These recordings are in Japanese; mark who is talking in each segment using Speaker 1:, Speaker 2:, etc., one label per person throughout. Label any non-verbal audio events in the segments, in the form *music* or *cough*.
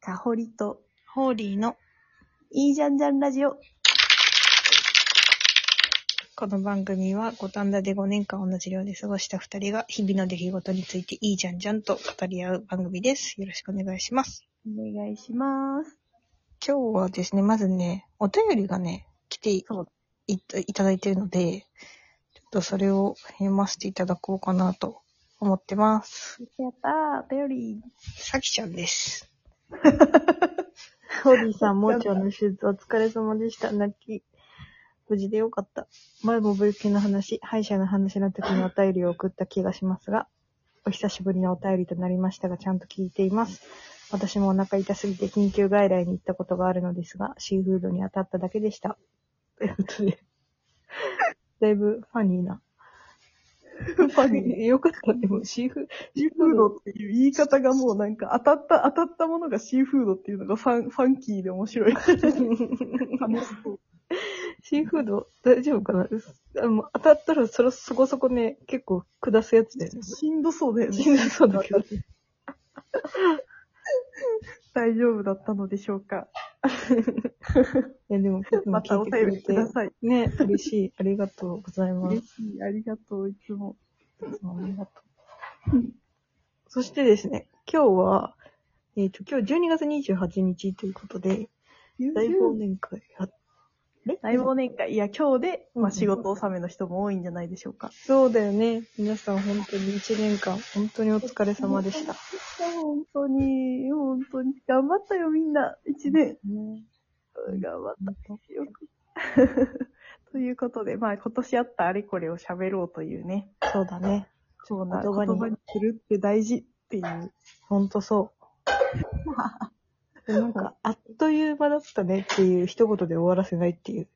Speaker 1: さほりと、
Speaker 2: ホーリーの、
Speaker 1: いいじゃんじゃんラジオ。
Speaker 2: この番組は五反田で5年間同じ寮で過ごした2人が日々の出来事についていいじゃんじゃんと語り合う番組です。よろしくお願いします。
Speaker 1: お願いします。
Speaker 2: 今日はですね、まずね、お便りがね、来てい
Speaker 1: そう
Speaker 2: いたいただいているので、ちょっとそれを読ませていただこうかなと思ってます。
Speaker 1: やったー、お便り。
Speaker 2: さきちゃんです。
Speaker 1: ホリさん、盲腸の手術お疲れ様でした。泣き。無事でよかった。前もブリキの話、歯医者の話の時にお便りを送った気がしますが、お久しぶりのお便りとなりましたが、ちゃんと聞いています。私もお腹痛すぎて緊急外来に行ったことがあるのですが、シーフードに当たっただけでした。というこ
Speaker 2: *laughs*
Speaker 1: とで。だいぶファニーな。
Speaker 3: *laughs*
Speaker 1: ファ
Speaker 2: ニ
Speaker 1: ー。よかった。でも、シーフード *laughs*
Speaker 3: シーフードっていう言い方がもうなんか当たった、当たったものがシーフードっていうのがファン、ファンキーで面白い。楽しそう。
Speaker 1: シーフード大丈夫かなうっあもう当たったらそろそこそこね、結構下すやつだよね。
Speaker 3: しんどそうだよ
Speaker 1: 死ん
Speaker 3: ね。
Speaker 1: だそうだ
Speaker 3: *laughs*
Speaker 1: けど。
Speaker 3: 大丈夫だったのでしょうか。
Speaker 1: いやでも、
Speaker 3: またお便りください。
Speaker 1: い。ね、嬉しい。ありがとうございます。
Speaker 3: 嬉しい。ありがとう、いつも。
Speaker 1: いつもありがとう。そしてですね、今日は、えっ、と、今日12月28日ということで、大忘年会やっ
Speaker 3: 大忘年会。いや、今日で、
Speaker 1: うんう
Speaker 3: ま
Speaker 1: ん
Speaker 3: あ、仕事納めの人も多いんじゃないでしょうか。
Speaker 1: そうだよね。皆さん本当に1年間、本当にお疲れ様でした。
Speaker 3: 本当に、本当に、頑張ったよ、みんな。一年。
Speaker 1: ね
Speaker 3: 頑張った。よく。 *laughs* ということで、まあ、今年あったあれこれを喋ろうというね。
Speaker 1: そうだね。
Speaker 3: そうな、
Speaker 1: 言
Speaker 3: 言
Speaker 1: 葉
Speaker 3: 葉
Speaker 1: に
Speaker 3: にするって大事って
Speaker 1: *laughs*
Speaker 3: いう。
Speaker 1: ほんとそう。 *laughs* でなんか、あっという間だったねっていう一言で終わらせないっていう。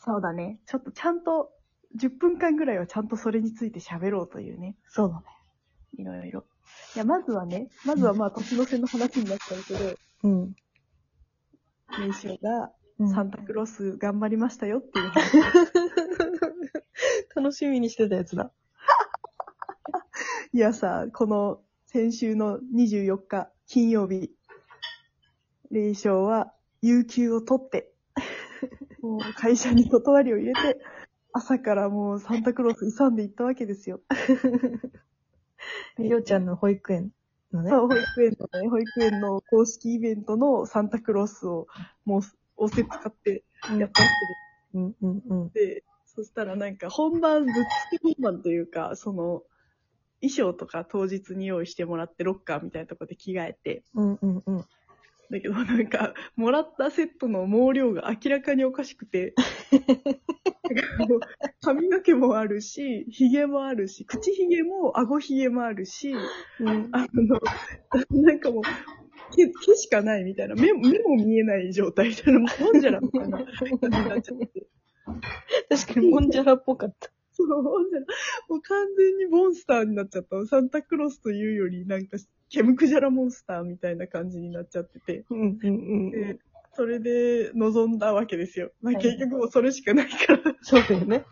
Speaker 3: そうだね。ちょっとちゃんと、10分間ぐらいはちゃんとそれについて喋ろうというね。
Speaker 1: そうだね。
Speaker 3: いろいろ。いや、まずはね、まずはまあ、年の瀬の話になっちゃうけ *laughs* ど、
Speaker 1: うん。
Speaker 3: 名称が、
Speaker 1: うん
Speaker 3: サンタクロース頑張りましたよっていう話。
Speaker 1: 楽しみにしてたやつだ。
Speaker 3: いやさ、この、先週の24日、金曜日、霊賞は、有給を取
Speaker 1: *laughs*
Speaker 3: って、もう会社に断りを入れて、朝からもうサンタクロース勇んでいったわけですよ。
Speaker 1: *laughs* りょうちゃんの保育園のね。
Speaker 3: そう、保育園のね、保育園の公式イベントのサンタクロースを、もう、おせ使ってやったん
Speaker 1: うんうんうん。
Speaker 3: で、そしたらなんか本番、ぶっつけ本番というか、その、衣装とか当日に用意してもらって、ロッカーみたいなとこで着替えて、
Speaker 1: うんうんうん。
Speaker 3: だけどなんか、もらったセットの毛量が明らかにおかしくて、なんかもう髪の毛もあるし、髭もあるし、口髭も顎髭もあるし、
Speaker 1: うん、
Speaker 3: あの、なんかもう、毛毛しかないみたいな、目目も見えない状態みたいな、もうもんじゃらみたいな感じになっちゃって。
Speaker 1: *laughs* 確かに、もんじゃらっぽかった。
Speaker 3: そう、もんじゃら、もう完全にモンスターになっちゃったの。サンタクロースというより、なんか、ケムクジャラモンスターみたいな感じになっちゃってて。
Speaker 1: うんうんうん。
Speaker 3: で、それで臨んだわけですよ。まあ、結局もうそれしかないから。
Speaker 1: そうだよね。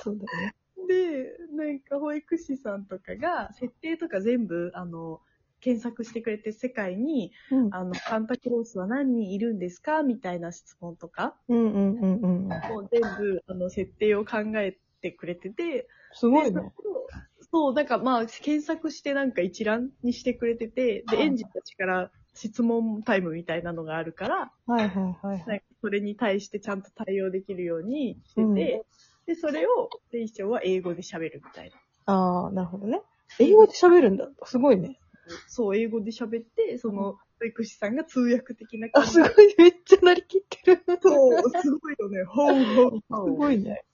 Speaker 1: そうだよね。
Speaker 3: で、なんか保育士さんとかが、設定とか全部、あの、検索してくれて世界に、
Speaker 1: うん
Speaker 3: あの、サンタクロースは何人いるんですかみたいな質問とか、
Speaker 1: うんうんうんうん。
Speaker 3: もう全部、あの、設定を考えてくれてて、
Speaker 1: すごいね。
Speaker 3: そう、なんかまあ、検索してなんか一覧にしてくれてて、で、園児たちから質問タイムみたいなのがあるから、
Speaker 1: はいはいはいは
Speaker 3: なん
Speaker 1: い。
Speaker 3: かそれに対してちゃんと対応できるようにしてて、
Speaker 1: うん
Speaker 3: で、それを、で、一応は英語で喋るみたいな。
Speaker 1: あー、なるほどね。英語で喋るんだ。すごいね。
Speaker 3: そう、英語で喋って、その、保育士さんが通訳的な
Speaker 1: あ、
Speaker 3: 感じ。
Speaker 1: すごい。めっちゃなりきってる。
Speaker 3: そう、すごいよね。ほうほうほう。
Speaker 1: すごいね。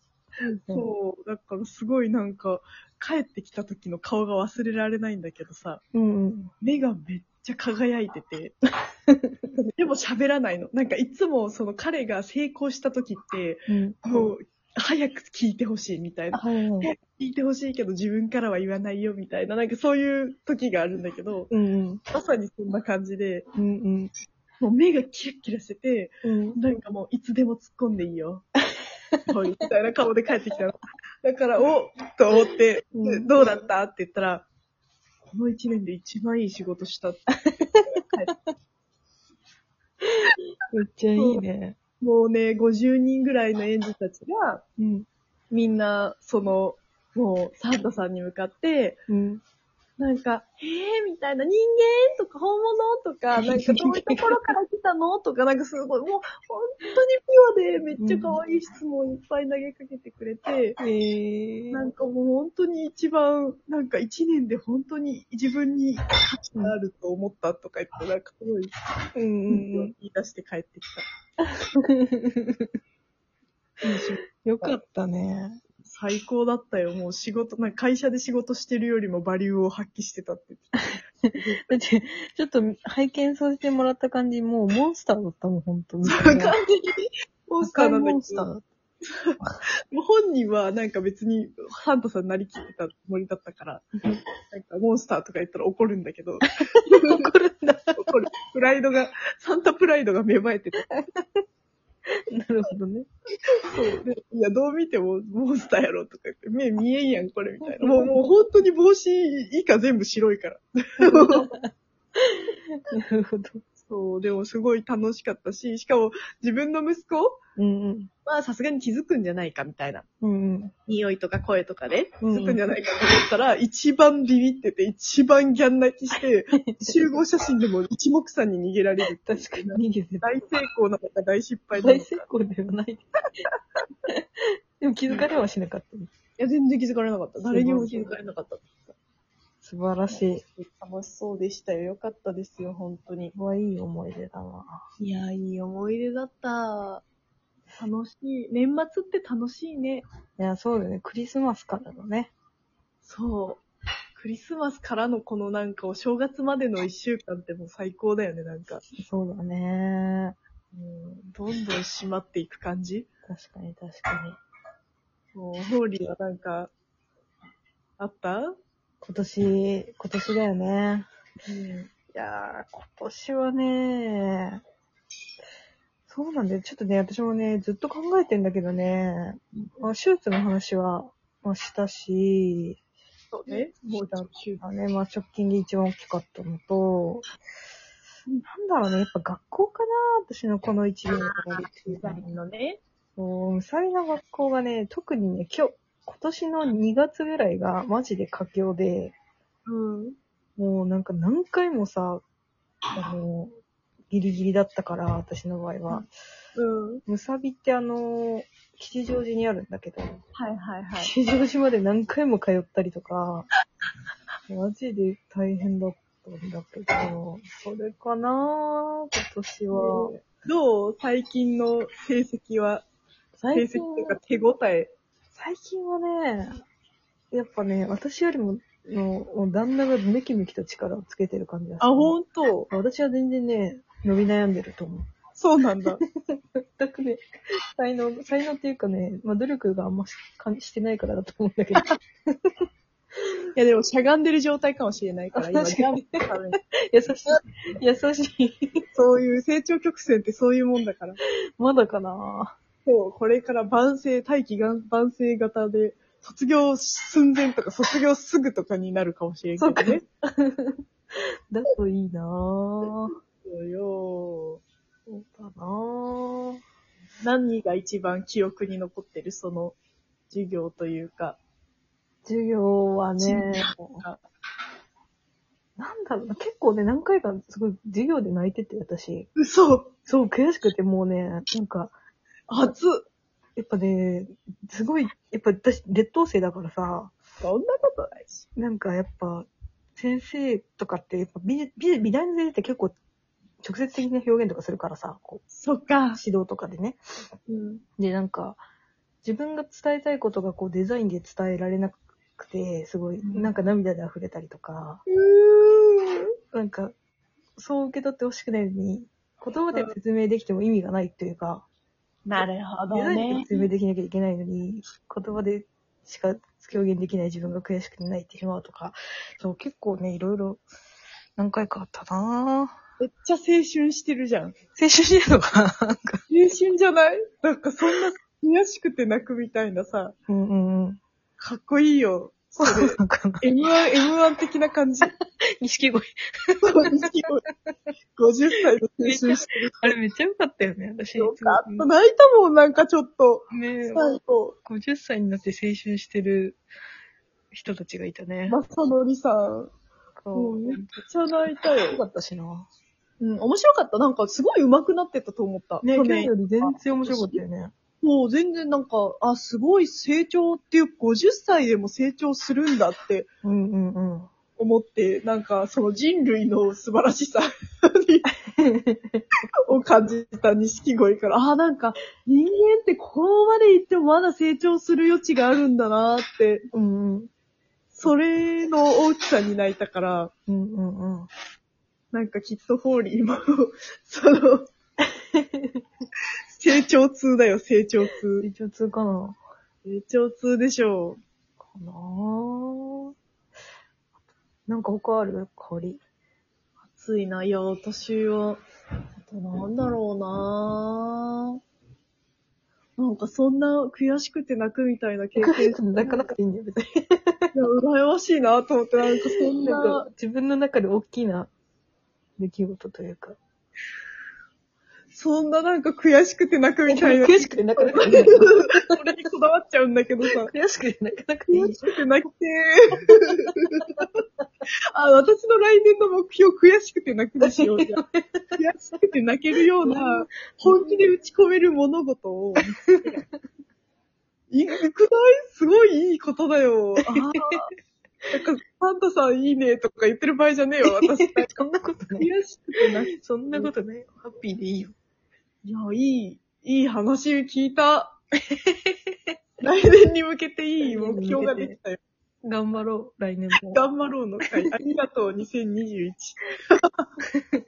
Speaker 3: そう、だからすごいなんか、帰ってきた時の顔が忘れられないんだけどさ、
Speaker 1: うんうん。
Speaker 3: 目がめっちゃ輝いてて、でも喋らないの。なんかいつもその彼が成功した時って、
Speaker 1: うん。
Speaker 3: もう、早く聞いてほしいみたいな。
Speaker 1: はいはい。
Speaker 3: 聞いてほしいけど自分からは言わないよみたいな、なんかそういう時があるんだけど、
Speaker 1: うん
Speaker 3: まさにそんな感じで、
Speaker 1: うん。うん
Speaker 3: もう目がキラッキラしてて、
Speaker 1: うん。
Speaker 3: なんかもう、いつでも突っ込んでいいよ。はいみたいな顔で帰ってきたの。だから、おと思って、
Speaker 1: うん
Speaker 3: どうだったって言ったら、この一年で一番いい仕事したって。
Speaker 1: めっちゃいいね。
Speaker 3: もうね、50人ぐらいの園児たちが、
Speaker 1: うん。
Speaker 3: みんな、その、もう、サンタさんに向かって、
Speaker 1: うん。
Speaker 3: なんか、えーみたいな、人間とか本物とか、なんかどういうところから来たのとか、なんかすごい、もう、本当にピュアで、めっちゃ可愛い質問いっぱい投げかけてくれて、
Speaker 1: えー。
Speaker 3: なんかもう本当に一番、なんか一年で本当に自分に価値があると思ったとか言って、なんかすごい、
Speaker 1: うんうんうん
Speaker 3: 言。い出して帰ってきた。
Speaker 1: よかったね。
Speaker 3: 最高だったよ。もう仕事、なんか会社で仕事してるよりもバリューを発揮してたって言ってた。
Speaker 1: だって、ちょっと拝見させてもらった感じ、もうモンスターだったもん、ほんとに。
Speaker 3: そういう感じに。モンスターなんだけ
Speaker 1: モンスターだ
Speaker 3: ど、
Speaker 1: っ
Speaker 3: もう本人はなんか別にハントさんになりきってたつもりだったから、なんかモンスターとか言ったら怒るんだけど、
Speaker 1: た。怒るんだ。
Speaker 3: 怒る。プライドが、サンタプライドが芽生えてた。
Speaker 1: なるほどね。
Speaker 3: そう。で、いや、どう見てもモンスターやろとか言って、目見えんやん、これみたいな。もう、もう本当に帽子以下全部白いから。
Speaker 1: なるほど。
Speaker 3: *laughs* そう、でもすごい楽しかったし、しかも自分の息子
Speaker 1: うんうん。
Speaker 3: まあさすがに気づくんじゃないかみたいな。
Speaker 1: うんうん。
Speaker 3: 匂いとか声とかで、気
Speaker 1: うん
Speaker 3: づくんじゃないかと思ったら、一番ビビってて、一番ギャン泣き *laughs* して、集合写真でも一目散に逃げられる。
Speaker 1: 確かに逃げてた。
Speaker 3: 大成功なのか大失敗なの
Speaker 1: 大
Speaker 3: か。
Speaker 1: 成
Speaker 3: い
Speaker 1: 功ではない。 *laughs* でも気づかれはしなかったね。
Speaker 3: や、全然気づかれなかった。誰にも気づかれなかった。
Speaker 1: 素晴らしい。
Speaker 3: 楽しそうでしたよ。よかったですよ、本当に。
Speaker 1: これはいい思い出だわ。
Speaker 3: いや、いい思い出だった。楽しい。年末って楽しいね。
Speaker 1: いや、そうだよね。クリスマスからのね。
Speaker 3: そう。クリスマスからのこのなんかお正月までの一週間ってもう最高だよね、なんか。
Speaker 1: そうだね。
Speaker 3: うん、どんどん締まっていく感じ。
Speaker 1: 確かに確かに。
Speaker 3: もう、ホーリーはなんか、あったうん。
Speaker 1: 今年、今年だよね。いやー、今年はね、そうなんだよ。ちょっとね、私もね、ずっと考えてんだけどね、まあ、手術の話は、まあ、したし、
Speaker 3: そうね。もう、
Speaker 1: だね、まあ、直近で一番大きかったのと、なんだろうね、やっぱ学校かな私のこの一年の割っていうのは
Speaker 3: のね。
Speaker 1: そう、うさぎの学校がね、特にね、今日、今年の2月ぐらいがマジで佳境で、
Speaker 3: うん。
Speaker 1: もうなんか何回もさ、あの、ギリギリだったから、私の場合は。
Speaker 3: うん。
Speaker 1: むさびってあの、吉祥寺にあるんだけど、
Speaker 3: はいはいは。
Speaker 1: 吉祥寺まで何回も通ったりとか、マジで大変だったんだけど、それかな今年は。
Speaker 3: どう最近の成績は、成
Speaker 1: 最
Speaker 3: 績
Speaker 1: 近
Speaker 3: というか手応え。
Speaker 1: 最近はね、やっぱね、私よりも、の、旦那がメキメキと力をつけてる感じがする。
Speaker 3: あ、ほんと
Speaker 1: 私は全然ね、伸び悩んでると思う。
Speaker 3: そうなんだ。
Speaker 1: 全くね、才能、才能っていうかね、まあ努力があんましかんしてないからだと思うんだ
Speaker 3: *laughs*
Speaker 1: けど。
Speaker 3: いやでも、しゃがんでる状態かもしれないから、今、
Speaker 1: 確かに
Speaker 3: ジャンプ多分
Speaker 1: 優しい。優しい。
Speaker 3: *laughs* そういう成長曲線ってそういうもんだから。
Speaker 1: まだかな
Speaker 3: そう、これから万世、大気がん万世型で、卒業寸前とか卒業すぐとかになるかもしれんけど
Speaker 1: そうか
Speaker 3: ね。
Speaker 1: だといいなぁ。
Speaker 3: そうよ
Speaker 1: そうだなぁ。
Speaker 3: 何が一番記憶に残ってるその授業というか。
Speaker 1: 授業はね、
Speaker 3: あ
Speaker 1: なんだろうな、結構ね、何回かすごい授業で泣いてて、私。
Speaker 3: 嘘
Speaker 1: そう、悔しくてもうね、なんか、
Speaker 3: 熱っ
Speaker 1: やっぱね、すごい、やっぱ私、劣等生だからさ、
Speaker 3: そんなことないし。
Speaker 1: なんかやっぱ、先生とかって、やっぱ美、美、美大の先生って結構、直接的な表現とかするからさ、こう、
Speaker 3: そっか。
Speaker 1: 指導とかでね。
Speaker 3: うん。
Speaker 1: で、なんか、自分が伝えたいことがこう、デザインで伝えられなくて、すごい、
Speaker 3: うん
Speaker 1: なんか涙で溢れたりとか、なんか、そう受け取ってほしくないのに、言葉で説明できても意味がないというか、
Speaker 3: なるほ
Speaker 1: デザインで。説明できなきゃいけないのに、言葉でしか表現できない自分が悔しくて泣いてしまうとか、そう、結構ね、いろいろ何回かあったなぁ。
Speaker 3: めっちゃ青春してるじゃん。青
Speaker 1: 青春してるのかななんか。
Speaker 3: 春じゃないなんかそんな悔しくて泣くみたいなさ、
Speaker 1: うんうんうん。
Speaker 3: かっこいいよ。
Speaker 1: そ
Speaker 3: そうれ
Speaker 1: *laughs* な。のかな。
Speaker 3: M1、M1 的な感じ。
Speaker 1: 錦鯉。
Speaker 3: そう錦鯉50歳の青春してる。
Speaker 1: あれめっちゃ良かったよね、私。
Speaker 3: よかった。泣いたもん、なんかちょっと。
Speaker 1: ね
Speaker 3: 最後、
Speaker 1: 50歳になって青春してる人たちがいたね。
Speaker 3: まさのりさん。もう
Speaker 1: そう
Speaker 3: めっちゃ泣いたよ。
Speaker 1: 良かったしな。
Speaker 3: うん、面白かった。なんかすごい上手くなってたと思った。
Speaker 1: ね、
Speaker 3: 去
Speaker 1: 去年
Speaker 3: 年
Speaker 1: よ。り全然面白かったよね。
Speaker 3: もう全然なんか、あ、すごい成長っていう、50歳でも成長するんだって
Speaker 1: うんうんうん。
Speaker 3: 思って、なんかその人類の素晴らし *laughs* さを感じた錦鯉から、あ、なんか人間ってここまで行ってもまだ成長する余地があるんだなって、
Speaker 1: うんうん。
Speaker 3: それの大きさに泣いたから、
Speaker 1: うんうんうん。
Speaker 3: なんかきっとホーリーも、その、 *laughs* 成長痛だよ、成長痛。
Speaker 1: 成長痛かな。
Speaker 3: 成長痛でしょう。
Speaker 1: かなぁ。なんか他ある香り。
Speaker 3: 暑いな。いや、私は、あとなんだろうななんかそんな悔しくて泣くみたいな経験
Speaker 1: *laughs*
Speaker 3: し
Speaker 1: なかなかいいんだよ、別に。
Speaker 3: いや羨ましいなと思って、なんかそん
Speaker 1: なんか
Speaker 3: な、
Speaker 1: 自分の中で大きな出来事という *laughs* か。
Speaker 3: そんななんか悔しくて泣くみたいな。
Speaker 1: *laughs* 悔しくてなかなかいい。
Speaker 3: それにこだわっちゃうんだけどさ。
Speaker 1: *laughs* 悔しくてなかなかいい
Speaker 3: 悔。しくて泣きてーあ、私の来年の目標、悔しくて泣くでしよう。じゃあ悔しくて泣けるような、本気で打ち込める物事を見つけたい。いくないすごいいいことだよ。あーなんか、サンタさんいいねとか言ってる場合じゃねえよ、私。悔
Speaker 1: そんなことない。
Speaker 3: しくて泣き。
Speaker 1: そんなことない。ハッピーでいいよ。
Speaker 3: いや、いい、いい話聞いた。来年に向けていい目標ができたよ。
Speaker 1: 頑張ろう、来年も。
Speaker 3: 頑張ろうの会。ありがとう、2021。